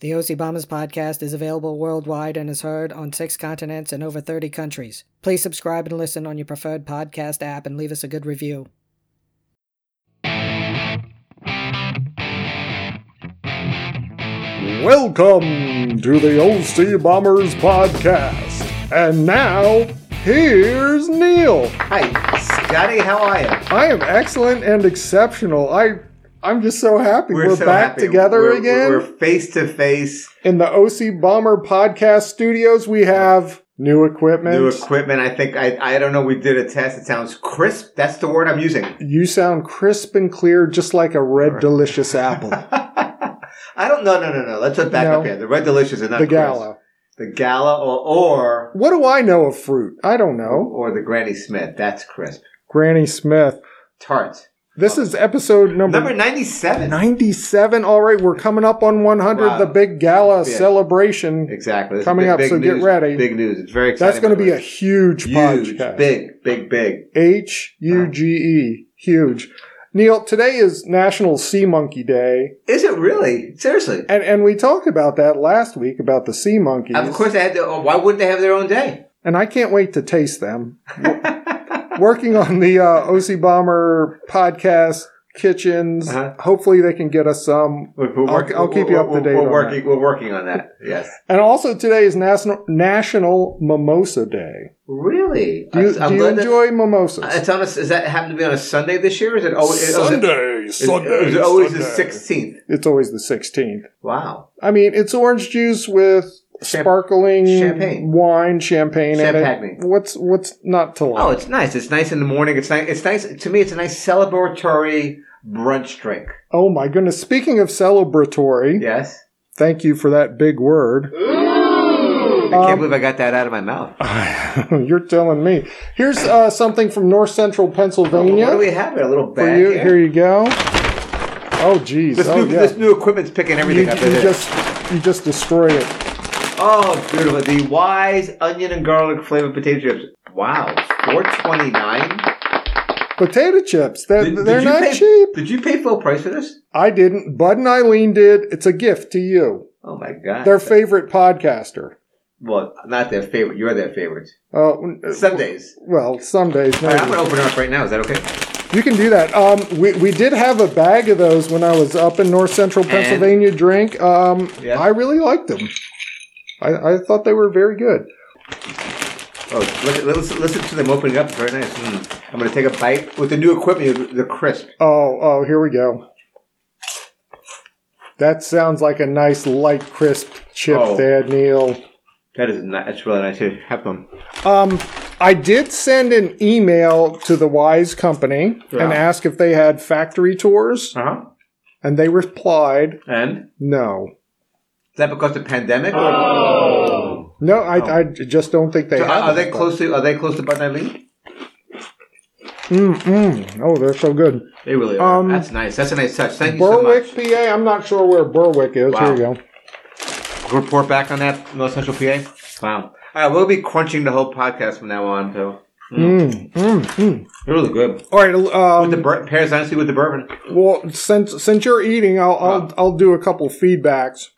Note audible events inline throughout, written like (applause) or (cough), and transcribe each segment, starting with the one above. The OC Bombers podcast is available worldwide and is heard on six continents and over 30 countries. Please subscribe and listen on your preferred podcast app and leave us a good review. Welcome to the OC Bombers podcast. And now, here's Neil. Hi, Scotty. How are you? I am excellent and exceptional. I I'm just so happy we're, so back happy. together We're- again We're face to face. in the OC Bomber podcast studios. We have new equipment. New equipment. I think I. I don't know. We did a test. It sounds crisp. That's the word I'm using. (laughs) you sound crisp and clear, just like a red delicious (laughs) apple. I don't. No, no, no, no. Let's back No. up here. The red delicious is not the crisp. gala. The gala, or What do I know of fruit? I don't or know. or the Granny Smith. That's crisp. Granny Smith. Tart. This is episode Number ninety-seven. 97. All right, we're coming up on 100, Wow. the big gala Yeah. celebration. Exactly. This is Coming big- up, big so get news. ready. Big news. It's very exciting. That's going to be a huge, huge, podcast. big, big, big. H U G E. Huge. Neil, today is National Sea Monkey Day, Is it really? Seriously? and and we talked about that last week about the sea monkeys. Of course, they had. To, oh, why wouldn't they have their own day? And I can't wait to taste (laughs) them. Working on the uh, OC Bomber podcast kitchens. Uh-huh. Hopefully, they can get us some. We're, we're I'll- working- I'll keep you up to we're- date We're on working. We're working on that. Yes. And also, today is National National Mimosa Day. Really? Do you, I'm do you glad that- enjoy mimosas? It's on. A, is that happened to be on a Sunday this year? Is it always is it- Is, is it always the sixteenth? it's always the 16th. Wow. I mean, it's orange juice with Champ- sparkling champagne. wine, champagne in Champagne. it. What's what's not to like? Oh, it's nice. It's nice in the morning. It's nice. It's nice to me. It's a nice celebratory brunch drink. Oh my goodness! Speaking of celebratory, Yes. thank you for that big word. (laughs) I can't Um, believe I got that out of my mouth. You're telling me. Here's uh, something from North Central Pennsylvania Oh, What do we have? here? A little for bag you. here. Here you go. Oh geez! This, oh new, yeah. this new equipment's picking you, everything up. you isn't it? just you just destroy it. Oh, beautiful. The Wise Onion and Garlic Flavored Potato Chips. Wow, four twenty nine. Potato chips. They're, they're not pay, cheap. Did you pay full price for this? I didn't. Bud and Eileen did. It's a gift to you. Oh my god. Their favorite podcaster. well, not their favorite. You're their favorite. Uh, Some days. Well, some days. All right, I'm Maybe. gonna open it up right now. Is that okay? You can do that. Um, we, we did have a bag of those when I was up in North Central Pennsylvania. Drink. Um, Yeah. I really liked them. I, I thought they were very good. Oh, listen, listen, listen to them opening up. It's very nice. Mm. I'm gonna take a bite with the new equipment. The crisp. Oh, oh, here we go. That sounds like a nice light, crisp chip, Oh. Thad Neil. That is nice. That's really nice. Here, have them. Um, I did send an email to the Wise Company and Yeah. ask if they had factory tours, Uh huh. and they replied, And is "No, that because of the pandemic? Or, no, I, I just don't think they Oh. So have." are, are they it." close to? Are they close to Bud Eileen? Mm, mm. Oh, they're so good. They really are. Um, That's nice. That's a nice touch. Thank you so much. Berwick, PA. I'm not sure where Berwick is. Wow. Here you go. report back on that North Central PA? Wow. All right, we'll be crunching the whole podcast from now on, too. Mm, mm, mm. They're really good. All right. Um, The bur- pairs nicely with the bourbon. Well, since since you're eating, I'll I'll, Wow. I'll do a couple feedbacks.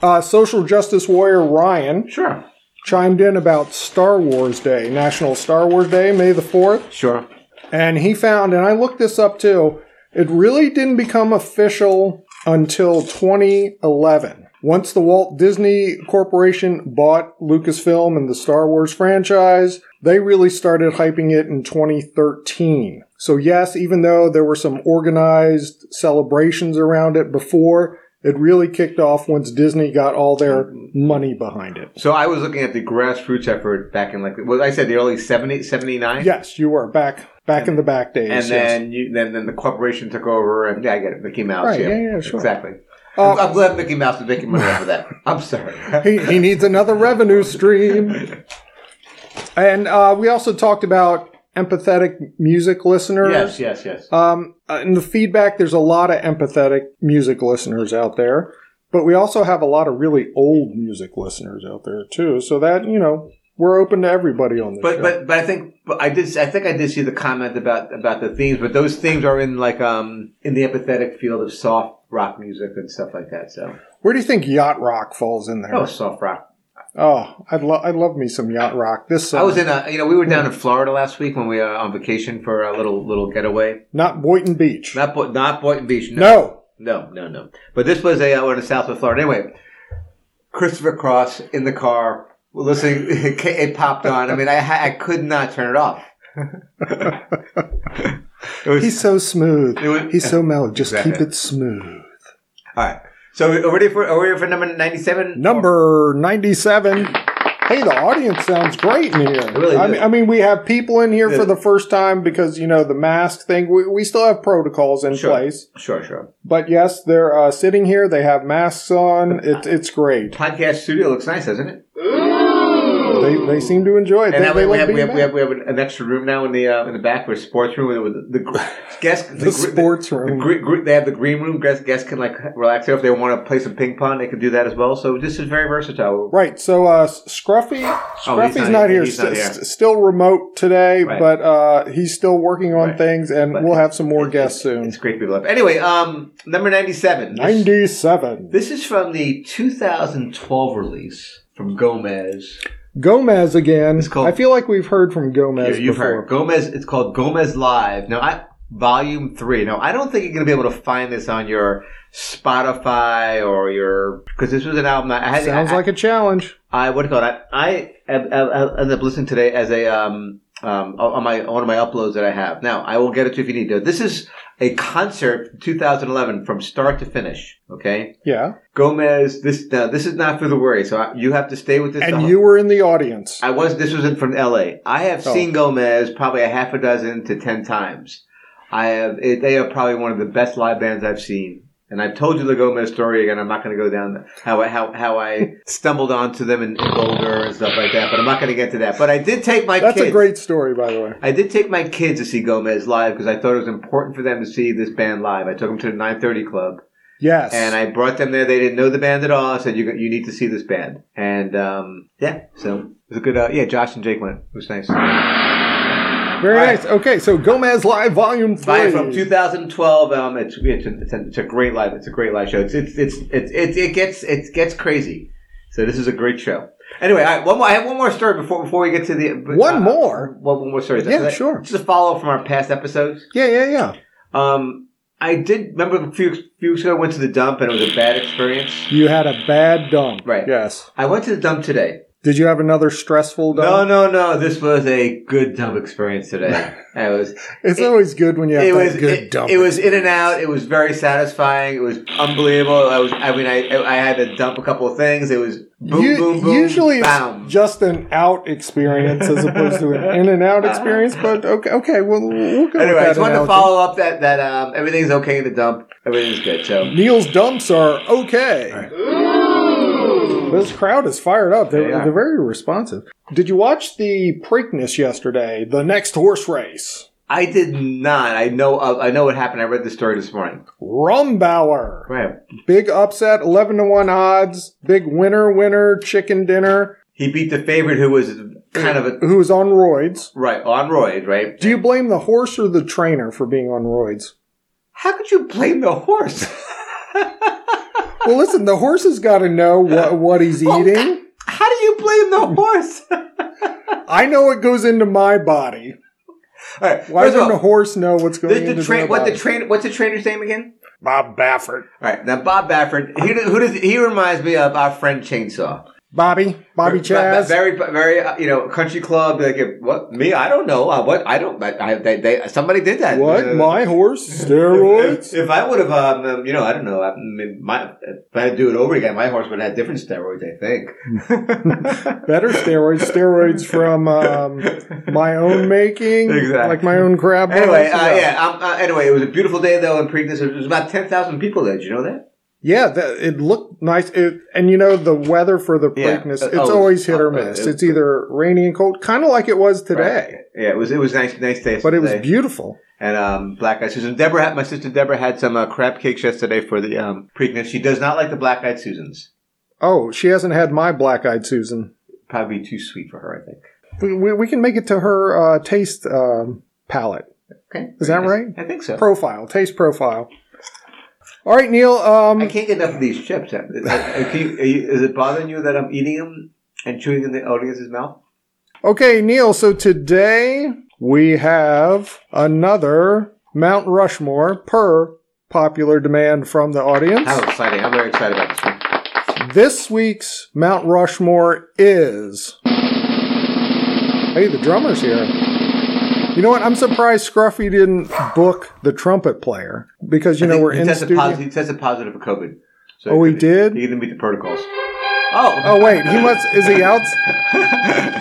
Uh, social justice warrior Ryan Sure. chimed in about Star Wars Day, National Star Wars Day, May the fourth. Sure. And he found, and I looked this up too, it really didn't become official until 2011. Once the Walt Disney Corporation bought Lucasfilm and the Star Wars franchise, they really started hyping it in 2013. So, yes, even though there were some organized celebrations around it before, it really kicked off once Disney got all their money behind it. So I was looking at the grassroots effort back in, like, what I said, the early 70, 79? Yes, you were back back in the back days. And yes. then, you, then then the corporation took over, and yeah, I get it. Mickey Mouse. Right, yeah, yeah, yeah, sure. Exactly. Uh, I'm, I'm glad Mickey Mouse is making money (laughs) off of that. I'm sorry. he, he needs another revenue stream. And uh, we also talked about empathetic music listeners. yes, yes, yes. Um, uh, in the feedback, there's a lot of empathetic music listeners out there, but we also have a lot of really old music listeners out there too. So that you know We're open to everybody on this. But show. but but I think but I did I think I did see the comment about about the themes, but those themes are in like um in the empathetic field of soft rock music and stuff like that. So where do you think yacht rock falls in there? oh, Oh, soft rock. I'd love I'd love me some yacht rock. This uh, summer. I was in a you know we were down in Florida last week when we were on vacation for a little little getaway. not Boynton Beach. Not Bo- not Boynton Beach. No, no, no, no, no. But this was a uh, we're in the south of Florida anyway. Christopher Cross in the car listening. (laughs) It popped on. I mean, I ha- I could not turn it off. it was he's so smooth. It was- He's so mellow. Just Exactly. keep it smooth. All right. So are we ready for are we ready for number ninety seven? Number 97. Hey, the audience sounds great in here. really I, does. mean, I mean, we have people in here Yeah. for the first time because, you know, the mask thing, we, we still have protocols in Sure. place. Sure, sure. But yes, they're uh, sitting here. They have masks on. It, it's great. Podcast studio looks nice, doesn't it? They, they seem to enjoy it. And they, now they we, love we have, we being have we back. have we have an extra room now in the uh, in the back for a sports room with the, the, (laughs) gr- guests. the sports The, room. gre- gre- they have the green room. Guests, guests can like relax there if they want to play some ping pong. They can do that as well. So this is very versatile. Right, so uh, Scruffy, Scruffy's not- not, here. Oh, he's not St- here. st- still remote today, Right. but uh, he's still working on Right. things, and But we'll have some more It- guests it- soon. It's great people up. Anyway, um, number ninety seven. Ninety-seven. This is from the 2012 release from Gomez. Gomez again. It's called- I feel like we've heard from Gomez Yeah, you've before. heard Gomez. It's called Gomez Live. Now, I volume three. Now, I don't think you're going to be able to find this on your Spotify or your because this was an album that I had. Sounds I, like a challenge. I, what do you call it? I, I, I, I ended up listening today as a um um on my on one of my uploads that I have. Now, I will get it to you if you need to. This is a concert 2011 from start to finish. Okay, Yeah. Gomez. This now, this is not for the worry. So I, you have to stay with this. the And whole- you were in the audience. I was. This wasn't from L.A. I have Oh. seen Gomez probably a half a dozen to ten times. I have. It, they are probably one of the best live bands I've seen. And I've told you the Gomez story again. I'm not going to go down the, how I- how how I (laughs) stumbled onto them in, in Boulder and stuff like that. But I'm not going to get to that. But I did take my. That's kids. a great story, by the way. I did take my kids to see Gomez live because I thought it was important for them to see this band live. I took them to the 9:30 club. Yes. And I brought them there. They didn't know the band at all. I said, "You you need to see this band." And um, yeah, so it was a good. Uh, yeah, Josh and Jake went. It was nice. Very all right. nice. Okay, so Gomez Live Volume Three. Live from 2012. Um, it's it's a, it's, a, it's a great live. It's a great live show. It's it's it's, it's it, it gets it gets crazy. So this is a great show. Anyway, all right, one more. I have one more story before before we get to the uh, One more? One, one more story. Yeah, sure. Just a follow up from our past episodes. yeah, yeah, yeah. Um, I did remember a few few weeks ago. I went to the dump and it was a bad experience. You had a bad dump. Right. Yes. I went to the dump today. Did you have another stressful No, dump? no, no. This was a good dump experience (laughs) today. I was. It's it- always good when you have it that was good it, dump. it was in and experience. out. It was very satisfying. It was unbelievable. I was. I mean, I I had to dump a couple of things. It was boom, You- boom, boom. usually bam. it's just an out experience as opposed to an in and out experience, but okay, okay, well, we'll go with anyway, I that just wanted to analogy. follow up that that um, everything's okay in the dump. Everything's good. So Neil's dumps are okay. This crowd is fired up. They're, They are. they're very responsive. Did you watch the Preakness yesterday? The next horse race, I did not. I know. Of, I know what happened. I read the story this morning. Rumbauer, Right. big upset, eleven to one odds, big winner, winner, chicken dinner. He beat the favorite, who was kind (clears throat) of a Who is on roids? right on roid. Right. Do you blame the horse or the trainer for being on roids? How could you blame the horse? (laughs) Well, listen, the horse has got to know what what he's eating. How do you blame the horse? (laughs) I know what goes into my body. All right. Why first of doesn't the all, horse know what's going the, into the train? their What the body? train? What's the trainer's name again? Bob Baffert. All right. Now Bob Baffert. He, who does? He reminds me of our friend Chainsaw. Bobby, Bobby Chaz. Very, very. uh, You know, country club. Like if- what? Me? I don't know. Uh, what? I don't. I, I, they, they, somebody did that. what? Uh, My horse? If, (laughs) Steroids? if I would have, um, um, you know, I don't know. I mean, my, if I had to do it over again, my horse would have had different steroids, I think. (laughs) Better steroids. Steroids from um, my own making. Exactly. Like my own crab. anyway, legs. uh, yeah. Um, uh, anyway, it was a beautiful day though in Preakness. There was about ten thousand people there. Did you know that? Yeah, that, it looked nice. It, and you know, the weather for the Yeah. Preakness, Uh, it's oh, always hit or uh, uh, miss. it- it's either rainy and cold, kind of like it was today. Right. Yeah, it was it was a nice nice day. But it was today. beautiful. and um, black eyed Susan. Deborah, had, my sister Deborah had some uh, crab cakes yesterday for the um, Preakness. She does not like the black eyed Susans. Oh, she hasn't had my black eyed Susan. probably too sweet for her. I think. We, we, we can make it to her uh, taste um, palette. Okay. Is that right? I think so. Profile, taste profile. All right, Neil. I Um, can't get enough of these chips. Uh, uh, can you- are you- Is it bothering you that I'm eating them and chewing in the audience's mouth? okay, Neil. So today we have another Mount Rushmore per popular demand from the audience. How exciting! I'm very excited about this one. This week's Mount Rushmore is. Hey, the drummer's here. You know what? I'm surprised Scruffy didn't book the trumpet player because you know we're he in the tested studio. posi- he tested positive for COVID. So Oh, he couldn't- did? He didn't meet the protocols. Oh, Oh wait, he must. Is he out?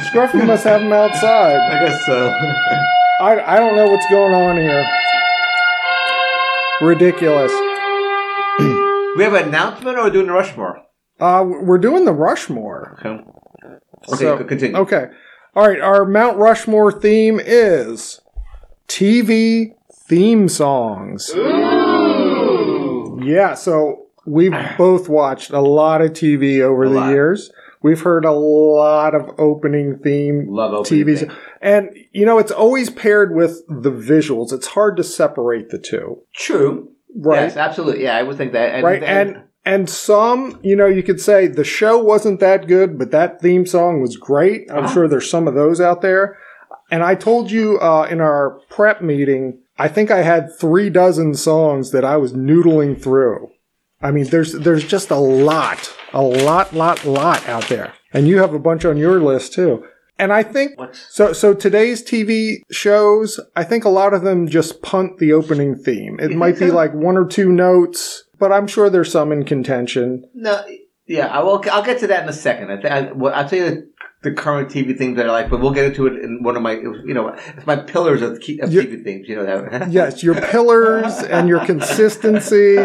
Scruffy must have him outside. (laughs) I guess so. (laughs) I, I don't know what's going on here. Ridiculous. We have an announcement, or we're doing the Rushmore. Uh, we're doing the Rushmore. Okay. Okay, So- c- continue. Okay. All right. Our Mount Rushmore theme is TV theme songs. Yeah. So (sighs) we've both watched a lot of TV over A the lot. years. We've heard a lot of opening theme Love opening TVs. thing. And, you know, it's always paired with the visuals. It's hard to separate the two. True. Right. Yes, absolutely. Yeah, I would think that. And, right. And, and some, you know, you could say the show wasn't that good, but that theme song was great. I'm sure there's some of those out there. And I told you uh, in our prep meeting, I think I had three dozen songs that I was noodling through. I mean, there's there's just a lot, a lot, lot, lot out there, and you have a bunch on your list too. And I think What's- so. So today's TV shows, I think a lot of them just punt the opening theme. It might be like one or two notes, but I'm sure there's some in contention. no, yeah, I will. I'll get to that in a second. I think I, well, I'll tell you the, the current TV things that I like, but we'll get into it in one of my, you know, it's my pillars of, key, of You- TV things. You know that. (laughs) Yes, your pillars and your consistency.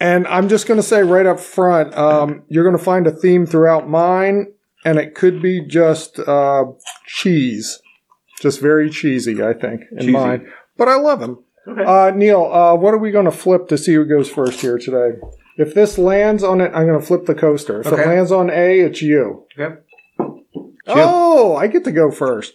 And I'm just going to say right up front, um, you're going to find a theme throughout mine, and it could be just uh, cheese, just very cheesy, I think, in Cheesy. mine. But I love them. Okay. Uh, Neil, uh, what are we going to flip to see who goes first here today? If this lands on it, I'm going to flip the coaster. If Okay. it lands on A, it's you. Okay. Oh, I get to go first.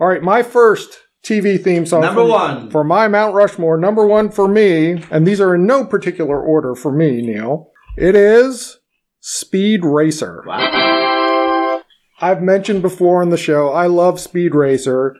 All right, my first TV theme song. Number for- one. For my Mount Rushmore, number one for me, and these are in no particular order for me, Neil. It is Speed Racer. Wow. I've mentioned before on the show, I love Speed Racer,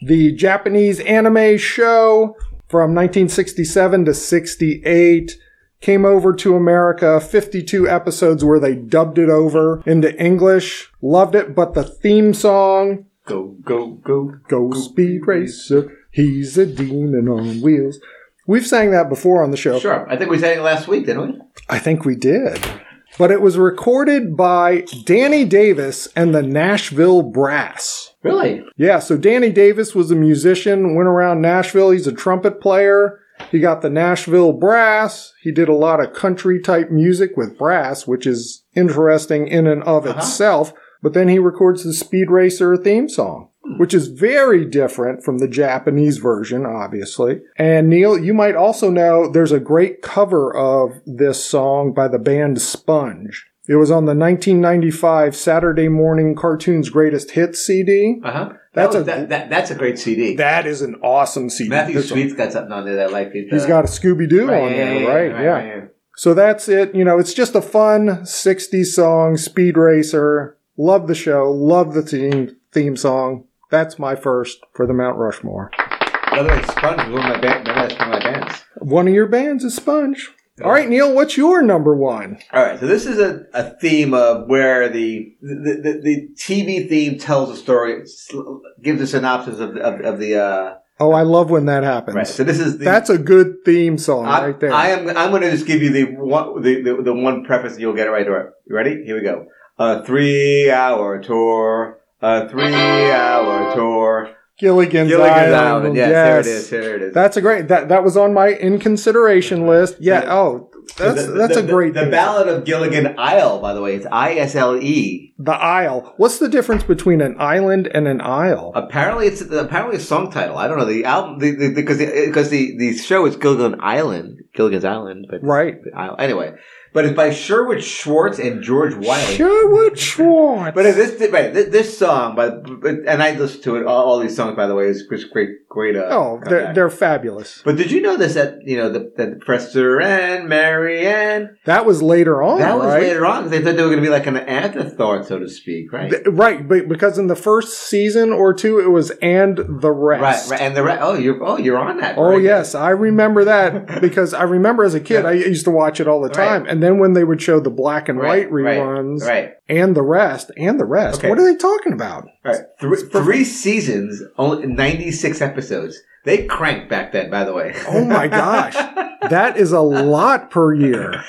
the Japanese anime show from 1967 to 68. Came over to America, 52 episodes where they dubbed it over into English. Loved it, but the theme song, Go go go. Go Speed Racer, he's a demon on wheels. We've sang that before on the show. Sure. I think we sang it last week, didn't we? I think we did. But it was recorded by Danny Davis and the Nashville Brass. Really? Yeah, so Danny Davis was a musician, went around Nashville. He's a trumpet player. He got the Nashville Brass. He did a lot of country type music with brass, which is interesting in and of itself. But then he records the Speed Racer theme song, which is very different from the Japanese version, obviously. And Neil, you might also know there's a great cover of this song by the band Sponge. It was on the 1995 Saturday Morning Cartoons Greatest Hits CD. Uh huh. That's That's a- a that, that, that's a great CD. That is an awesome CD. Matthew This- Sweet's got something on there that I like. He's got a Scooby Doo on there, right? yeah. So that's it. You know, it's just a fun 60s song, Speed Racer. Love the show. Love the theme, theme song. That's my first for the Mount Rushmore. By the way, Sponge was one of my band. Remember that's one of my bands. One of your bands is Sponge. All right, Neil, what's your number one? All right, so this is a, a theme of where the the, the the TV theme tells a story, sl- gives a synopsis of of, of the. Uh, Oh, I love when that happens. right. So this is the, That's a good theme song I, right there. I am I'm going to just give you the one the, the, the one preface and you'll get it right away. You ready? Here we go. A three hour tour. A three hour tour. Gilligan's, Gilligan's Island. Island. Yes, there it is. Here it is. That's a great. That that was on my in consideration list. Yeah. Oh, that's The- that's the- a great. The, the theme song. Ballad of Gilligan Isle, by the way, it's I S L E. The Isle. What's the difference between an island and an isle? Apparently, it's apparently a song title. I don't know the album because the, because the, because the the show is Gilligan Island, Gilligan's Island, but Right. I- anyway, but it's by Sherwood Schwartz and George Wiley. Sherwood Schwartz. But if this, right, this, this song, by, and I listen to it. All, all these songs, by the way, is great, great, great. Uh, oh, they're, comeback. they're fabulous. But did you know this? That you know, the, that Prester and Mary Ann That was later on, that was Oh, right? later on. 'cause They thought they were going to be like an afterthought, so to speak, right? Th- Right, but because in the first season or two, it was and the Right, rest. right, and the re- oh, you're oh, you're on that. Oh Very good. yes, I remember (laughs) that because I remember as a kid, I used to watch it all the Right. time. And then when they would show the black and white Right, right, reruns right, and the rest and the rest, Okay. what are they talking about? right. Three, three seasons, only ninety six episodes. They cranked back then, by the way. (laughs) Oh my gosh, that is a lot per year.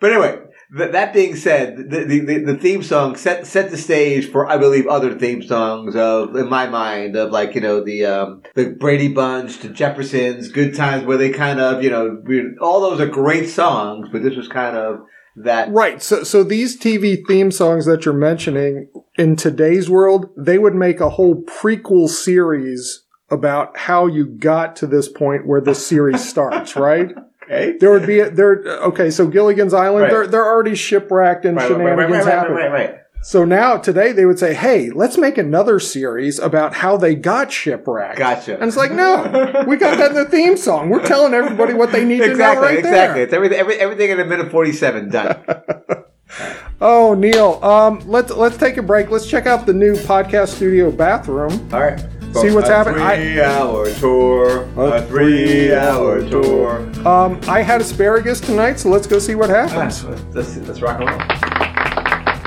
But anyway, th- that being said, the, the, the, the theme song set set the stage for, I believe, other theme songs of, in my mind, of like you know the um, the Brady Bunch, the Jeffersons, Good Times, where they kind of you know we- all those are great songs, but this was kind of that. Right. So, so these TV theme songs that you're mentioning in today's world, they would make a whole prequel series about how you got to this point where this (laughs) series starts, right? Okay. There would be a, there. Okay, so Gilligan's Island, Right. they're they're already shipwrecked and Right, right, right, shenanigans right, right, right, happen. right, right. So now today they would say, "Hey, let's make another series about how they got shipwrecked." Gotcha. And it's like, no, we got that in the theme song. We're telling everybody what they need to know exactly, right there. exactly. It's everything, every, everything in a minute (laughs) forty-seven done. Oh, Neil, um, let's let's take a break. Let's check out the new podcast studio bathroom. All right. See what's a happening? I- Three-hour tour. A A three-hour tour. Um, I had asparagus tonight, so let's go see what happens. Let's, let's, let's rock and roll.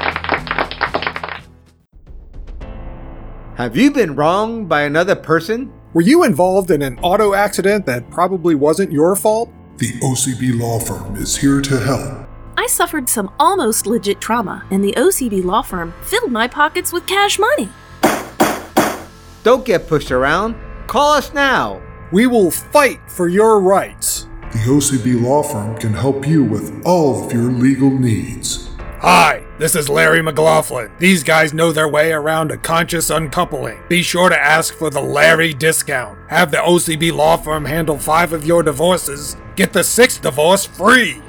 Have you been wronged by another person? Were you involved in an auto accident that probably wasn't your fault? The OCB Law Firm is here to help. I suffered some almost legit trauma, and the OCB law firm filled my pockets with cash money. Don't get pushed around. Call us now. We will fight for your rights. The OCB Law Firm can help you with all of your legal needs. Hi, this is Larry McLaughlin. These guys know their way around a conscious uncoupling. Be sure to ask for the Larry discount. Have the OCB law firm handle five of your divorces. Get the sixth divorce free.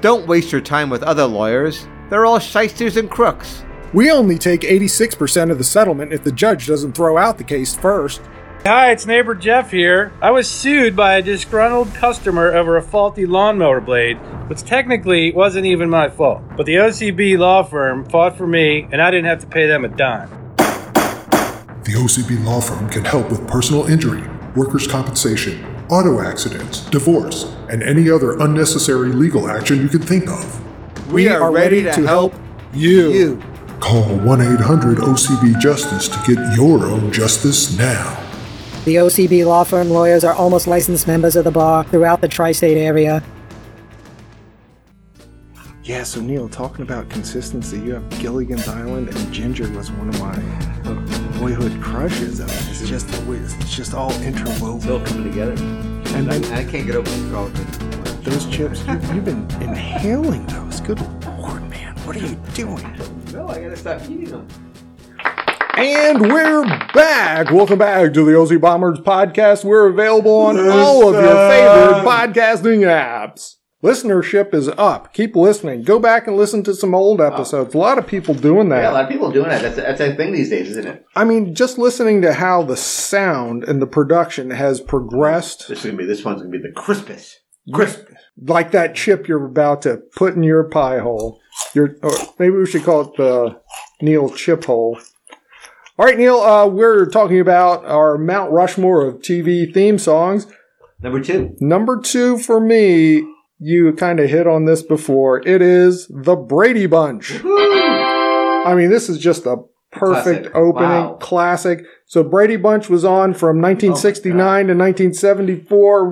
Don't waste your time with other lawyers. They're all shysters and crooks. We only take 86% of the settlement if the judge doesn't throw out the case first. Hi, it's neighbor Jeff here. I was sued by a disgruntled customer over a faulty lawnmower blade, which technically wasn't even my fault. But the OCB law firm fought for me, and I didn't have to pay them a dime. The OCB Law Firm can help with personal injury, workers' compensation, auto accidents, divorce, and any other unnecessary legal action you can think of. We are ready to help You. Call 1 800 OCB Justice to get your own justice now. The OCB law firm lawyers are almost licensed members of the bar throughout the tri state area. Yeah, so Neil, talking about consistency, you have Gilligan's Island and Ginger was one of my uh, boyhood crushes. I mean, it's just it's just all interwoven. all coming together. and I, I- I can't get over it. all Those chips, you, you've been inhaling those. Good lord, man, what are you doing? No, I gotta stop eating them. And we're back. Welcome back to the OC Bombers podcast. We're available on all of your favorite podcasting apps. Listenership is up. Keep listening. Go back and listen to some old episodes. A lot of people doing that. Yeah, a lot of people are doing that. That's a, that's a thing these days, isn't it? I mean, just listening to how the sound and the production has progressed, This is gonna be this one's gonna be the crispest. Crisp. like that chip you're about to put in your pie hole. Your, or maybe we should call it the Neil chip hole. All right, Neil, uh, we're talking about our Mount Rushmore of TV theme songs. Number two. Number two for me, you kind of hit on this before. It is the Brady Bunch. Uh, I mean, this is just a perfect Classic. opening, Wow. Oh classic. So Brady Bunch was on from 1969 to 1974,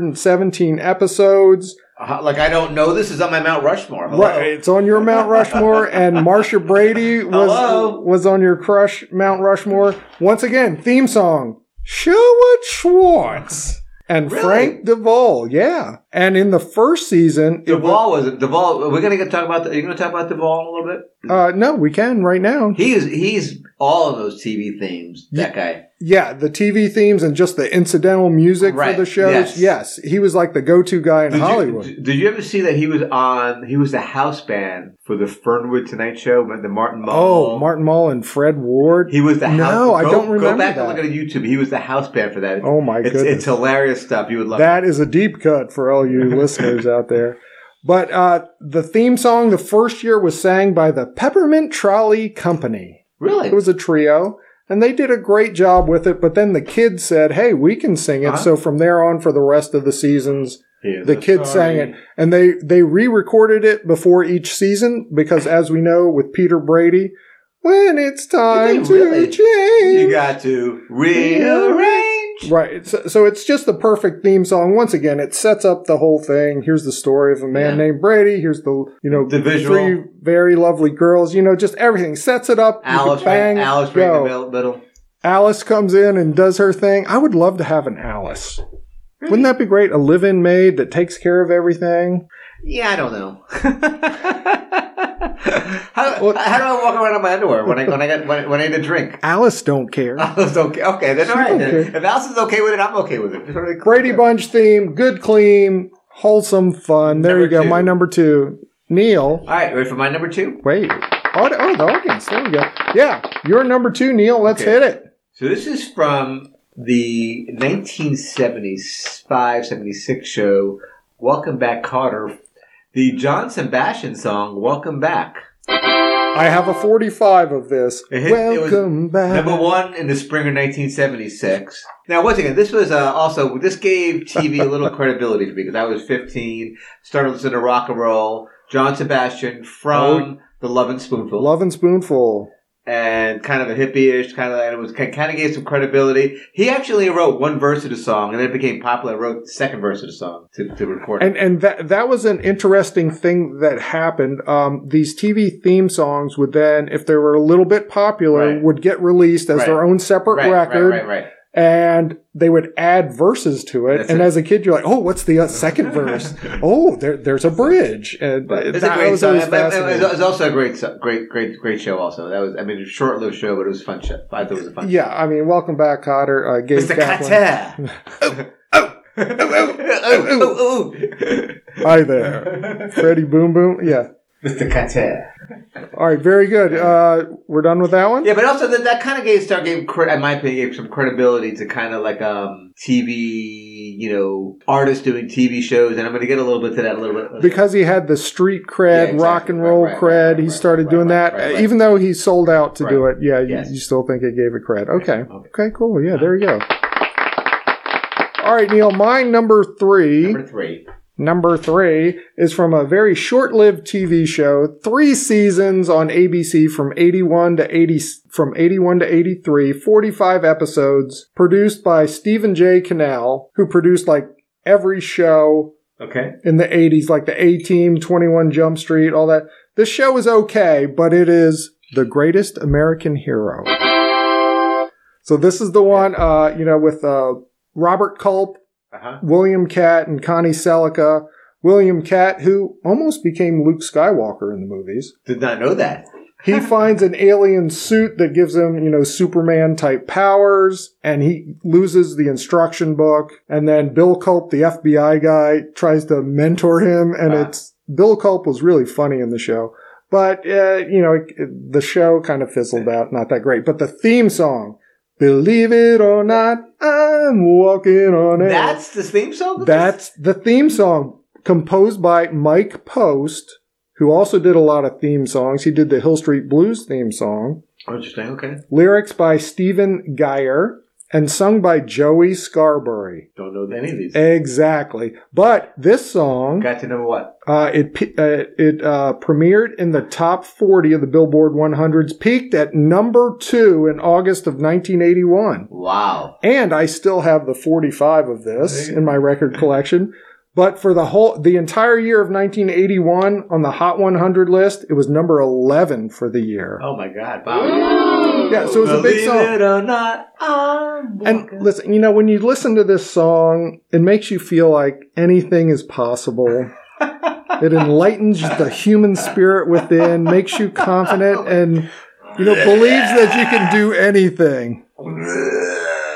117 episodes. Uh, like I don't know. This is on my Mount Rushmore. Hello. Right, it's on your Mount Rushmore, and Marsha Brady was Hello? was on your crush Mount Rushmore once again. Theme song: Sherwood Schwartz and Really? Frank Duvall. Yeah, And in the first season, it was- Duvall was Duvall. We're gonna get talk about. The, are you gonna talk about Duvall in a little bit? uh, no, we can right now. He is. He's all of those TV themes. That guy. Yeah, the TV themes and just the incidental music Right, for the shows. yes. Yes. he was like the go-to guy in Did you- Hollywood. did you ever see that he was on? He was the house band for the Fernwood Tonight Show. but The Martin. oh, Mull. Martin Mull and Fred Ward. He was the No, house. I don't Go remember back and that. look at YouTube. He was the house band for that. Oh, my it's, goodness. It's hilarious stuff. You would love. that is a deep cut for (laughs) all you listeners out there. But uh, the theme song the first year was sang by the Peppermint Trolley Company. it. Really? It was a trio, and they did a great job with it. But then the kids said, "Hey, we can sing it." Uh-huh. So from there on, for the rest of the seasons, Here's the a kids story. sang it, and they they re-recorded it before each season because, as we know, with Peter Brady, when it's time to really? change, You got to rearrange. Right. So, so it's just the perfect theme song. Once again, it sets up the whole thing. Here's the story of a man Yeah. named Brady. Here's the, you know, The visual. three very lovely girls, you know, just everything sets it up. You Alice, can bang, Alice, right in go. the middle- middle. Alice comes in and does her thing. I would love to have an Alice. Wouldn't that be great? A live in maid that takes care of everything. Yeah, I don't know. (laughs) how, how do I walk around in my underwear when I when I got when, I- when I need a drink? Alice don't (laughs) care. Alice is okay. Okay, then all right. Then. If Alice is okay with it, I'm okay with it. Sort of- Brady Bunch theme, good clean, wholesome fun. There you Number go. two. My number two, Neil. All right, ready for my number two? Wait. Oh, the- oh, the audience. There we go. Yeah, you're number two, Neil. Let's Okay. hit it. So this is from the 1975 76 show, Welcome Back Carter, the John Sebastian song, Welcome Back. I have a 45 of this. It hit- it was Welcome back. Number one in the spring of 1976. Now, once again, this was uh, also this gave TV a little credibility for me because I was 15, started listening to rock and roll. John Sebastian from the Love and Spoonful, Oh, Love and Spoonful. and kind of a hippie-ish kind of, and it was kind of gave some credibility. He actually wrote one verse of the song, and then it became popular. and Wrote the second verse of the song to, to record. it. And uh, and that that was an interesting thing that happened. Um, these TV theme songs would then, if they were a little bit popular, Right. would get released as Right. their own separate right, record, right, right, right. and they would add verses to it. That's and it. as a kid, you're like, "Oh, what's the uh, second (laughs) verse? Oh, there, there's a bridge." And But it's a that great was song. always It was, fascinating. it was also a great, so- great, great, great show. Also, that was I mean, a short-lived show, but it was a fun show. I thought it was a fun. show. Yeah, I mean, welcome back, Cotter. Uh, Gabe Mr. Kaplan. Carter. (laughs) oh, oh, oh, oh, (laughs) oh, (laughs) Hi there. Freddie Boom Boom. Yeah. Mr. Carter. All right. Very good. Uh, we're done with that one. Yeah, but also that, that kind of gave Star gave, cre- in my opinion, gave some credibility to kind of like um TV, you know, artists doing TV shows, and I'm going to get a little bit to that a little bit Because he had the street cred, Yeah, exactly. rock and roll Right, right, cred, right, he right, started right, doing right, that. right, Uh, right. Even though he sold out to do Right. it, yeah, you, Yes. you still think it gave it cred. Okay. Okay. Okay, cool. Yeah, there you go. All right, Neil, my number three. number three. Number three is from a very short lived TV show, three seasons on ABC from 81 to 80, from 81 to 83, 45 episodes, produced by Stephen J. Cannell, who produced like every show Okay. in the 80s, like the A Team, 21 Jump Street, all that. This show is okay, but it is the greatest American hero. So this is the one, uh, you know, with, uh, Robert Culp Uh huh. William Catt and Connie Selica. William Catt, who almost became Luke Skywalker in the movies, Did not know that. he finds an alien suit that gives him, you know, Superman type powers, and he loses the instruction book. And then Bill Culp, the FBI guy, tries to mentor him, and Ah. it's Bill Culp was really funny in the show. But, uh, you know, it- it- the show kind of fizzled out, not that great. But the theme song, Believe It or Not, I'm Walking on Air. That's the theme song. That's the theme song composed by Mike Post, who also did a lot of theme songs. He did the Hill Street Blues theme song, Oh, interesting. Okay. lyrics by Stephen Geyer, and sung by Joey Scarberry. Don't know any of these. Exactly. But this song, Got to number what? uh, it pe- uh, it uh, premiered in the top 40 of the Billboard 100s, peaked at number two in August of 1981. Wow. (laughs) And I still have the 45 of this in my record collection. But for the whole the entire year of 1981 on the Hot 100 list, it was number 11 for the year. Oh my God! Wow. yeah, so it was a Oh, Believe big song. it or not, I'm And walking. listen, you know, when you listen to this song, it makes you feel like anything (laughs) is possible. it enlightens the human spirit within, makes you confident, and you know, believes that you can do anything.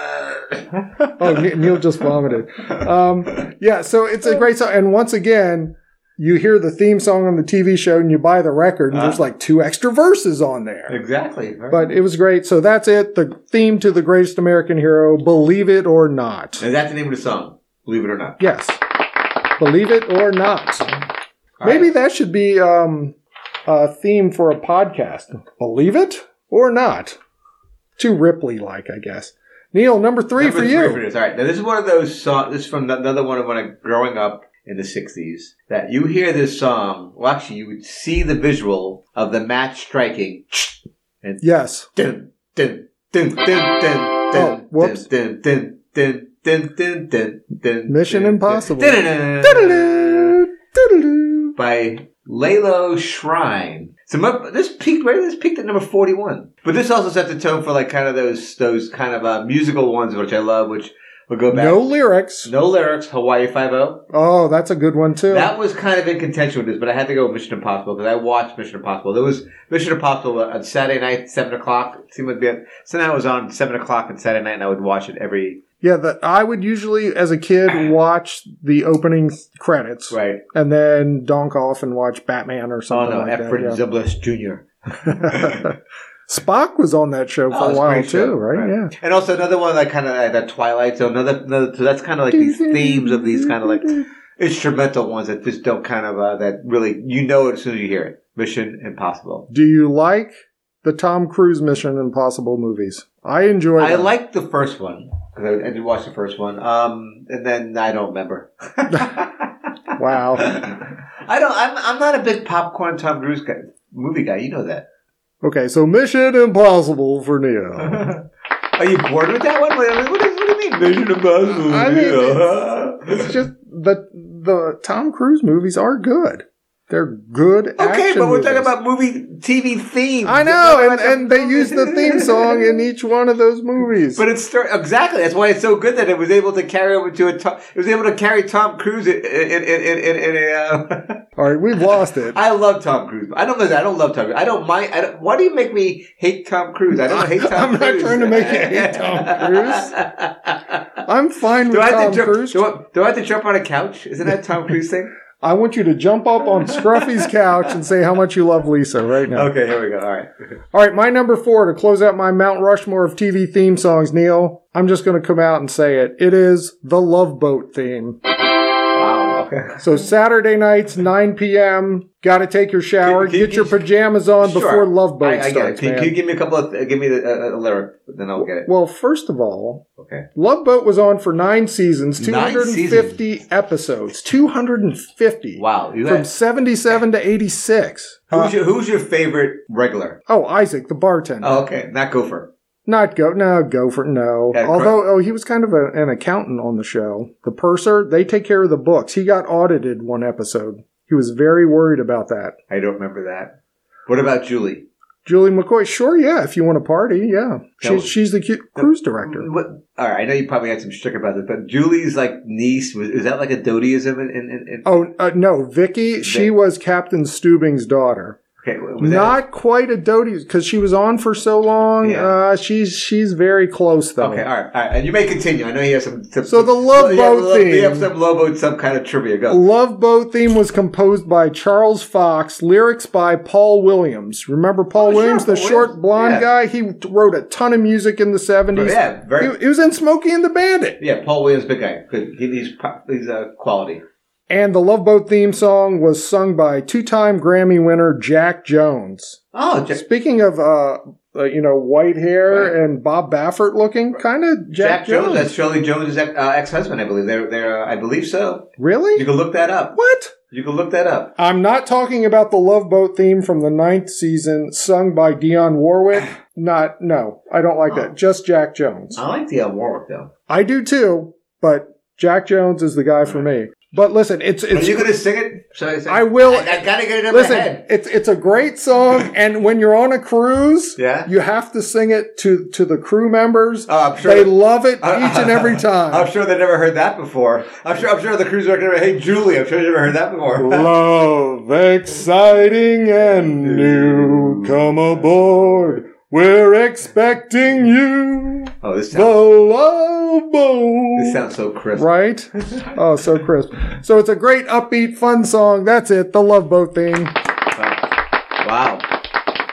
oh, Ne- Neil just vomited. Um, yeah, so it's a great song, and once again. You hear the theme song on the TV show and you buy the record, and there's Uh-huh. like two extra verses on there. (laughs) exactly. right. But it was great. So that's it. The theme to the greatest American hero, believe it or not. and that's the name of the song. Believe it or not. Yes. Believe it or not. All Maybe right. that should be um, a theme for a podcast. Believe it or not. Too Ripley like, I guess. Neil, number three Number for for you. this. All right. Now this is one of those songs. This is from another one of when I growing up in the '60s that you hear this song. Well, actually, you would see the visual of the match striking. And Yes. dun dun dun dun dun Oh, dun. whoops. Dun dun dun dun dun dun dun. Mission dun, Impossible. Dun, dun, dun, dun. Doodaloo, doodaloo. by Lalo Shrine. So my, this peaked right. This peaked at number forty-one. But this also set the tone for like kind of those those kind of uh, musical ones, which I love. Which will go back. No lyrics. No lyrics. Hawaii Five O. Oh, that's a good one, too. That was kind of in contention with this, but I had to go with Mission Impossible because I watched Mission Impossible. There was Mission Impossible on Saturday night, seven o'clock. It seemed to be. Somehow it was on seven o'clock on Saturday night, and I would watch it every yeah, that I would usually, as a kid, watch the opening credits. right. and then donk off and watch Batman or Oh something no, like Efren that. yeah. Ziblis (laughs) Jr. Spock was on that Oh, show for it's a while great too, show, right? right. And also another one that kind of like that Twilight Zone. Another, another so that's kind of like these themes of these kind of like instrumental ones that just don't kind of uh, that really you know it as soon as you hear it. Mission Impossible. Do you like the Tom Cruise Mission Impossible movies? I enjoy. I them. liked the first one because I, I did watch the first one, um, and then I don't (laughs) remember. (laughs) Wow. I don't. I'm, I'm not a big popcorn Tom Cruise guy, movie guy. You know that. Okay, so Mission Impossible (laughs) for Neo. Are you bored with that one? What, what, is, what do you mean Mission Impossible? I mean, yeah. it's just the the Tom Cruise movies are good. They're good. (laughs) Okay, action but we're movies. talking about movie, TV themes. I know, and, It's not and they (laughs) use the theme song in each one of those movies. But it's still- exactly that's why it's so good that it was able to carry over to a. To, it was able to carry Tom Cruise in in in in, in, in a. Uh, (laughs) All right, we've lost it. I love Tom Cruise. I don't know. I don't love Tom. Cruise. I don't mind. I don't, why do you make me hate Tom Cruise? I don't hate Tom. (laughs) I'm not Cruise. trying to make (laughs) you hate Tom Cruise. I'm fine with do I have Tom to jump? Cruise. Do I, do I have to jump on a couch? Isn't that Tom Cruise (laughs) thing? I want you to jump up (laughs) on Scruffy's couch and say how much you love Lisa right now. Okay, here we go. All right. All right, my number four to close out my Mount Rushmore of TV theme songs, Neil. I'm just going to come out and say it. It is the Love Boat theme. Wow. Okay. So Saturday nights, 9 p.m. Got to take your shower, Can- can get you- your pajamas on Sure. before Love Boat I, I get it. starts, Can, man. can you give me a couple of uh, give me the uh, uh, lyric, then I'll get it. well, first of all, Okay. Love Boat was on for nine seasons, Nine 250 episodes, 250 Wow. You from guys- 77 to 86. who's, your, who's your favorite regular? Oh, Isaac, the bartender. Oh, okay. Not Gopher. Not go no Gopher no. Yeah, Although oh he was kind of a, an accountant on the show. The purser they take care of the books. He got audited one episode. He was very worried about that. I don't remember that. What about Julie? Julie McCoy, sure, yeah, if you want to party, yeah. That She's was- Mm-hmm. she's the cu- cruise director. What? All right. I know you probably had some shtick about this, but Julie's like niece was is that like a dotyism? In, in, in, in- Oh uh, no, Vicky, she Vic. was Captain Stubing's daughter. okay. was that- Not quite a doty because she was on for so long. Yeah. Uh, she's she's very close though. okay. All right. All right. And you may continue. I know you have some. some So the Love you Boat have, lo- You have theme. some Love Boat, some kind of trivia. Go. Love Boat theme was composed by Charles Fox, lyrics by Paul Williams. Remember Paul Oh, sure, Williams, the Paul short Williams. blonde Yeah. Oh, guy? He wrote a ton of music in the 70s. Yeah. Very. He, he was in Smokey and the Bandit. yeah. Paul Williams, big guy. Good. He, he's pro- he's uh, quality. And the Love Boat theme song was sung by two time Grammy winner Jack Jones. Oh, Jack, Speaking of, uh, uh, you know, white hair Right. and Bob Baffert looking, kind of Jack, Jack, Jones. Jones. That's Shirley Jones' ex- uh, ex-husband, I believe. They're, they're, uh, I believe so. You Really? can look that up. What? You can look that up. I'm not talking about the Love Boat theme from the ninth season, sung by Dionne Warwick. Not, no, I don't like that. Just Jack Jones. I like the uh, Warwick though. I do too, but Jack Jones is the guy for me. But listen, it's Are it's you going to sing it? Should I, sing? I will- I, I gotta get it in listen, my head. it's it's a great song, and when you're on a cruise, Yeah. you have to sing it to to the crew members. Oh, I'm sure- they (laughs) love it each and every I'm time. sure they never heard that before. I'm sure. I'm sure the cruise director. Hey, Julie. I'm sure you never heard that before. love, exciting and new, come aboard. We're expecting you. (laughs) oh, this The sounds. love boat. This sounds so crisp. right? Oh, so crisp. So it's a great upbeat, fun song. That's it. The Love Boat theme. Wow.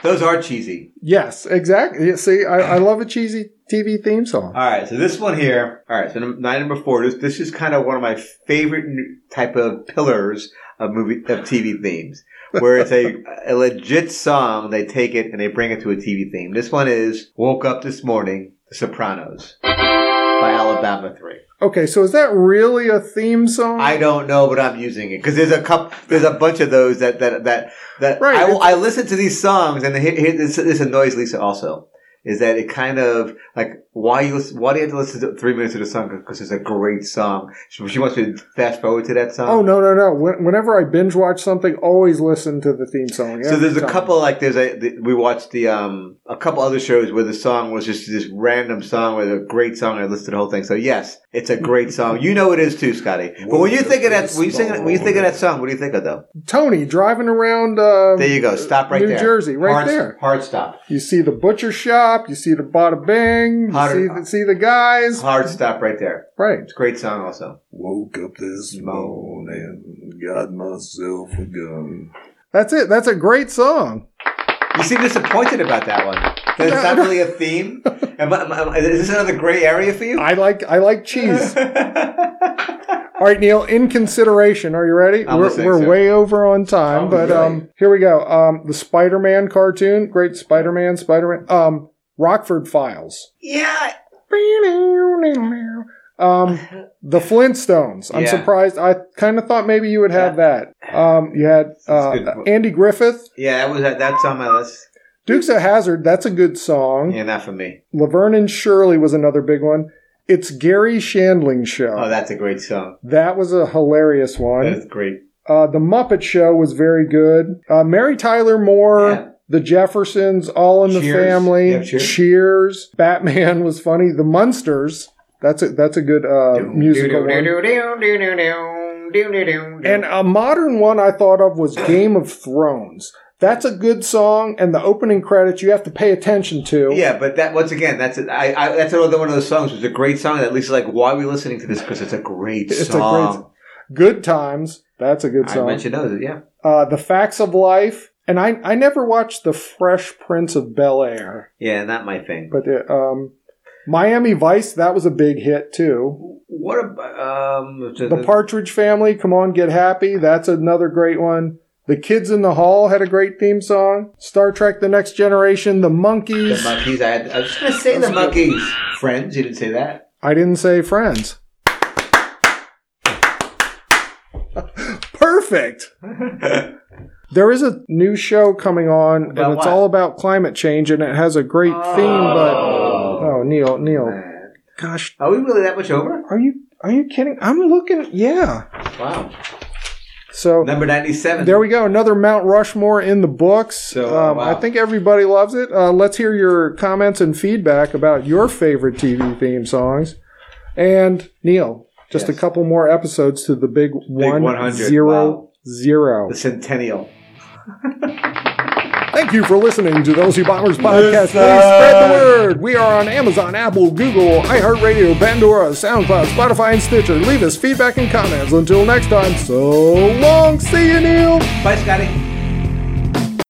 Those are cheesy. Yes, exactly. You See, I, I love a cheesy TV theme song. All right, so this one here. All right, so num- nine number four. This this is kind of one of my favorite n- type of pillars of movie of TV themes, where it's a, a legit song. They take it and they bring it to a TV theme. This one is "Woke Up This Morning," The Sopranos by Alabama Three. Okay, so is that really a theme song? I don't know, but I'm using it because there's a couple, there's a bunch of those that that that that. Right, it's- I, I listen to these songs, and here, here, this, this annoys Lisa also. Is that it? Kind of like why you listen, why do you have to listen to three minutes of the song because it's a great song. She, she wants me to fast forward to that song. oh no, no, no! When, whenever I binge watch something, always listen to the theme song. So there's every a time. couple like there's a the, we watched the um a couple other shows where the song was just this random song with a great song. I listed the whole thing. So yes, it's a great song. You know it is too, Scotty. But when you think of that, when you sing, when you think of that song, what do you think of though? Tony driving around. Uh, There you go. Stop right New there. Jersey, right Hard- there. Hard stop. You see the butcher shop. You see the bada bing. You Hard- see the, see the guys. Hard stop right there. Right. It's a great song also. Woke up this morning, got myself a gun. That's it. That's a great song. You seem disappointed about that one. That It's not really a theme. Am I- am I- is this another gray area for you? I like I (laughs) like cheese. All right, Neil. In consideration, are you ready? I'm we're listening, we're sir. way over on time, Oh, but really? um, here we go. Um, the Spider-Man cartoon, great Spider-Man, Spider-Man. Um, Rockford Files. yeah. Um, (laughs) the Flintstones. I'm Yeah. surprised. I kind of thought maybe you would have that. Um, you had uh, good. Andy Griffith, Yeah, that was that's on my list. Dukes of Hazard. That's a good song. Yeah, not for me. Laverne and Shirley was another big one. It's Gary Shandling show. Oh, that's a great song. That was a hilarious one. That's great. Uh, the Muppet Show was very good. Uh, Mary Tyler Moore, Yeah. The Jeffersons, All in the Cheers. Family, Yeah, Cheers. Cheers, Batman (laughs) was funny. The Munsters. That's a that's a good uh, musical one. And a modern one I thought of was Game of Thrones. That's a good song, and the opening credits you have to pay attention to. Yeah, but that once again, that's it. I, I, that's another one of those songs. It's a great song. That Lisa's like, why are we listening to this? Because it's a great It's a great song. Good Times. That's a good I song. mentioned those. Yeah. uh, The Facts of Life, and I, I never watched The Fresh Prince of Bel Air, Yeah, not my thing. but uh, um, Miami Vice, that was a big hit too. What about um The Partridge Family, Come On Get Happy, that's another great one. The Kids in the Hall had a great theme song. Star Trek The Next Generation, The The Monkeys. monkeys. I, had, I was just gonna say the monkeys. Friends. You didn't say that. I didn't say Friends. Perfect. There is a new show coming on, About and it's what? all about climate change, and it has a great theme. But oh, Neil, Neil, Man. gosh, Are we really that much over? are you are you kidding? I'm looking, yeah. Wow. So Number ninety-seven. there we go, another Mount Rushmore in the books. So, um, wow. I think everybody loves it. Uh, let's hear your comments and feedback about your favorite TV theme songs, and Neil, just Yes. a couple more episodes to the big, one 100, zero wow. zero. The centennial. Thank you for listening to the OC Bombers podcast. Please spread the word. We are on Amazon, Apple, Google, iHeartRadio, Pandora, SoundCloud, Spotify, and Stitcher. Leave us feedback and comments. Until next time, so long. See you, Neil. Bye, Scotty.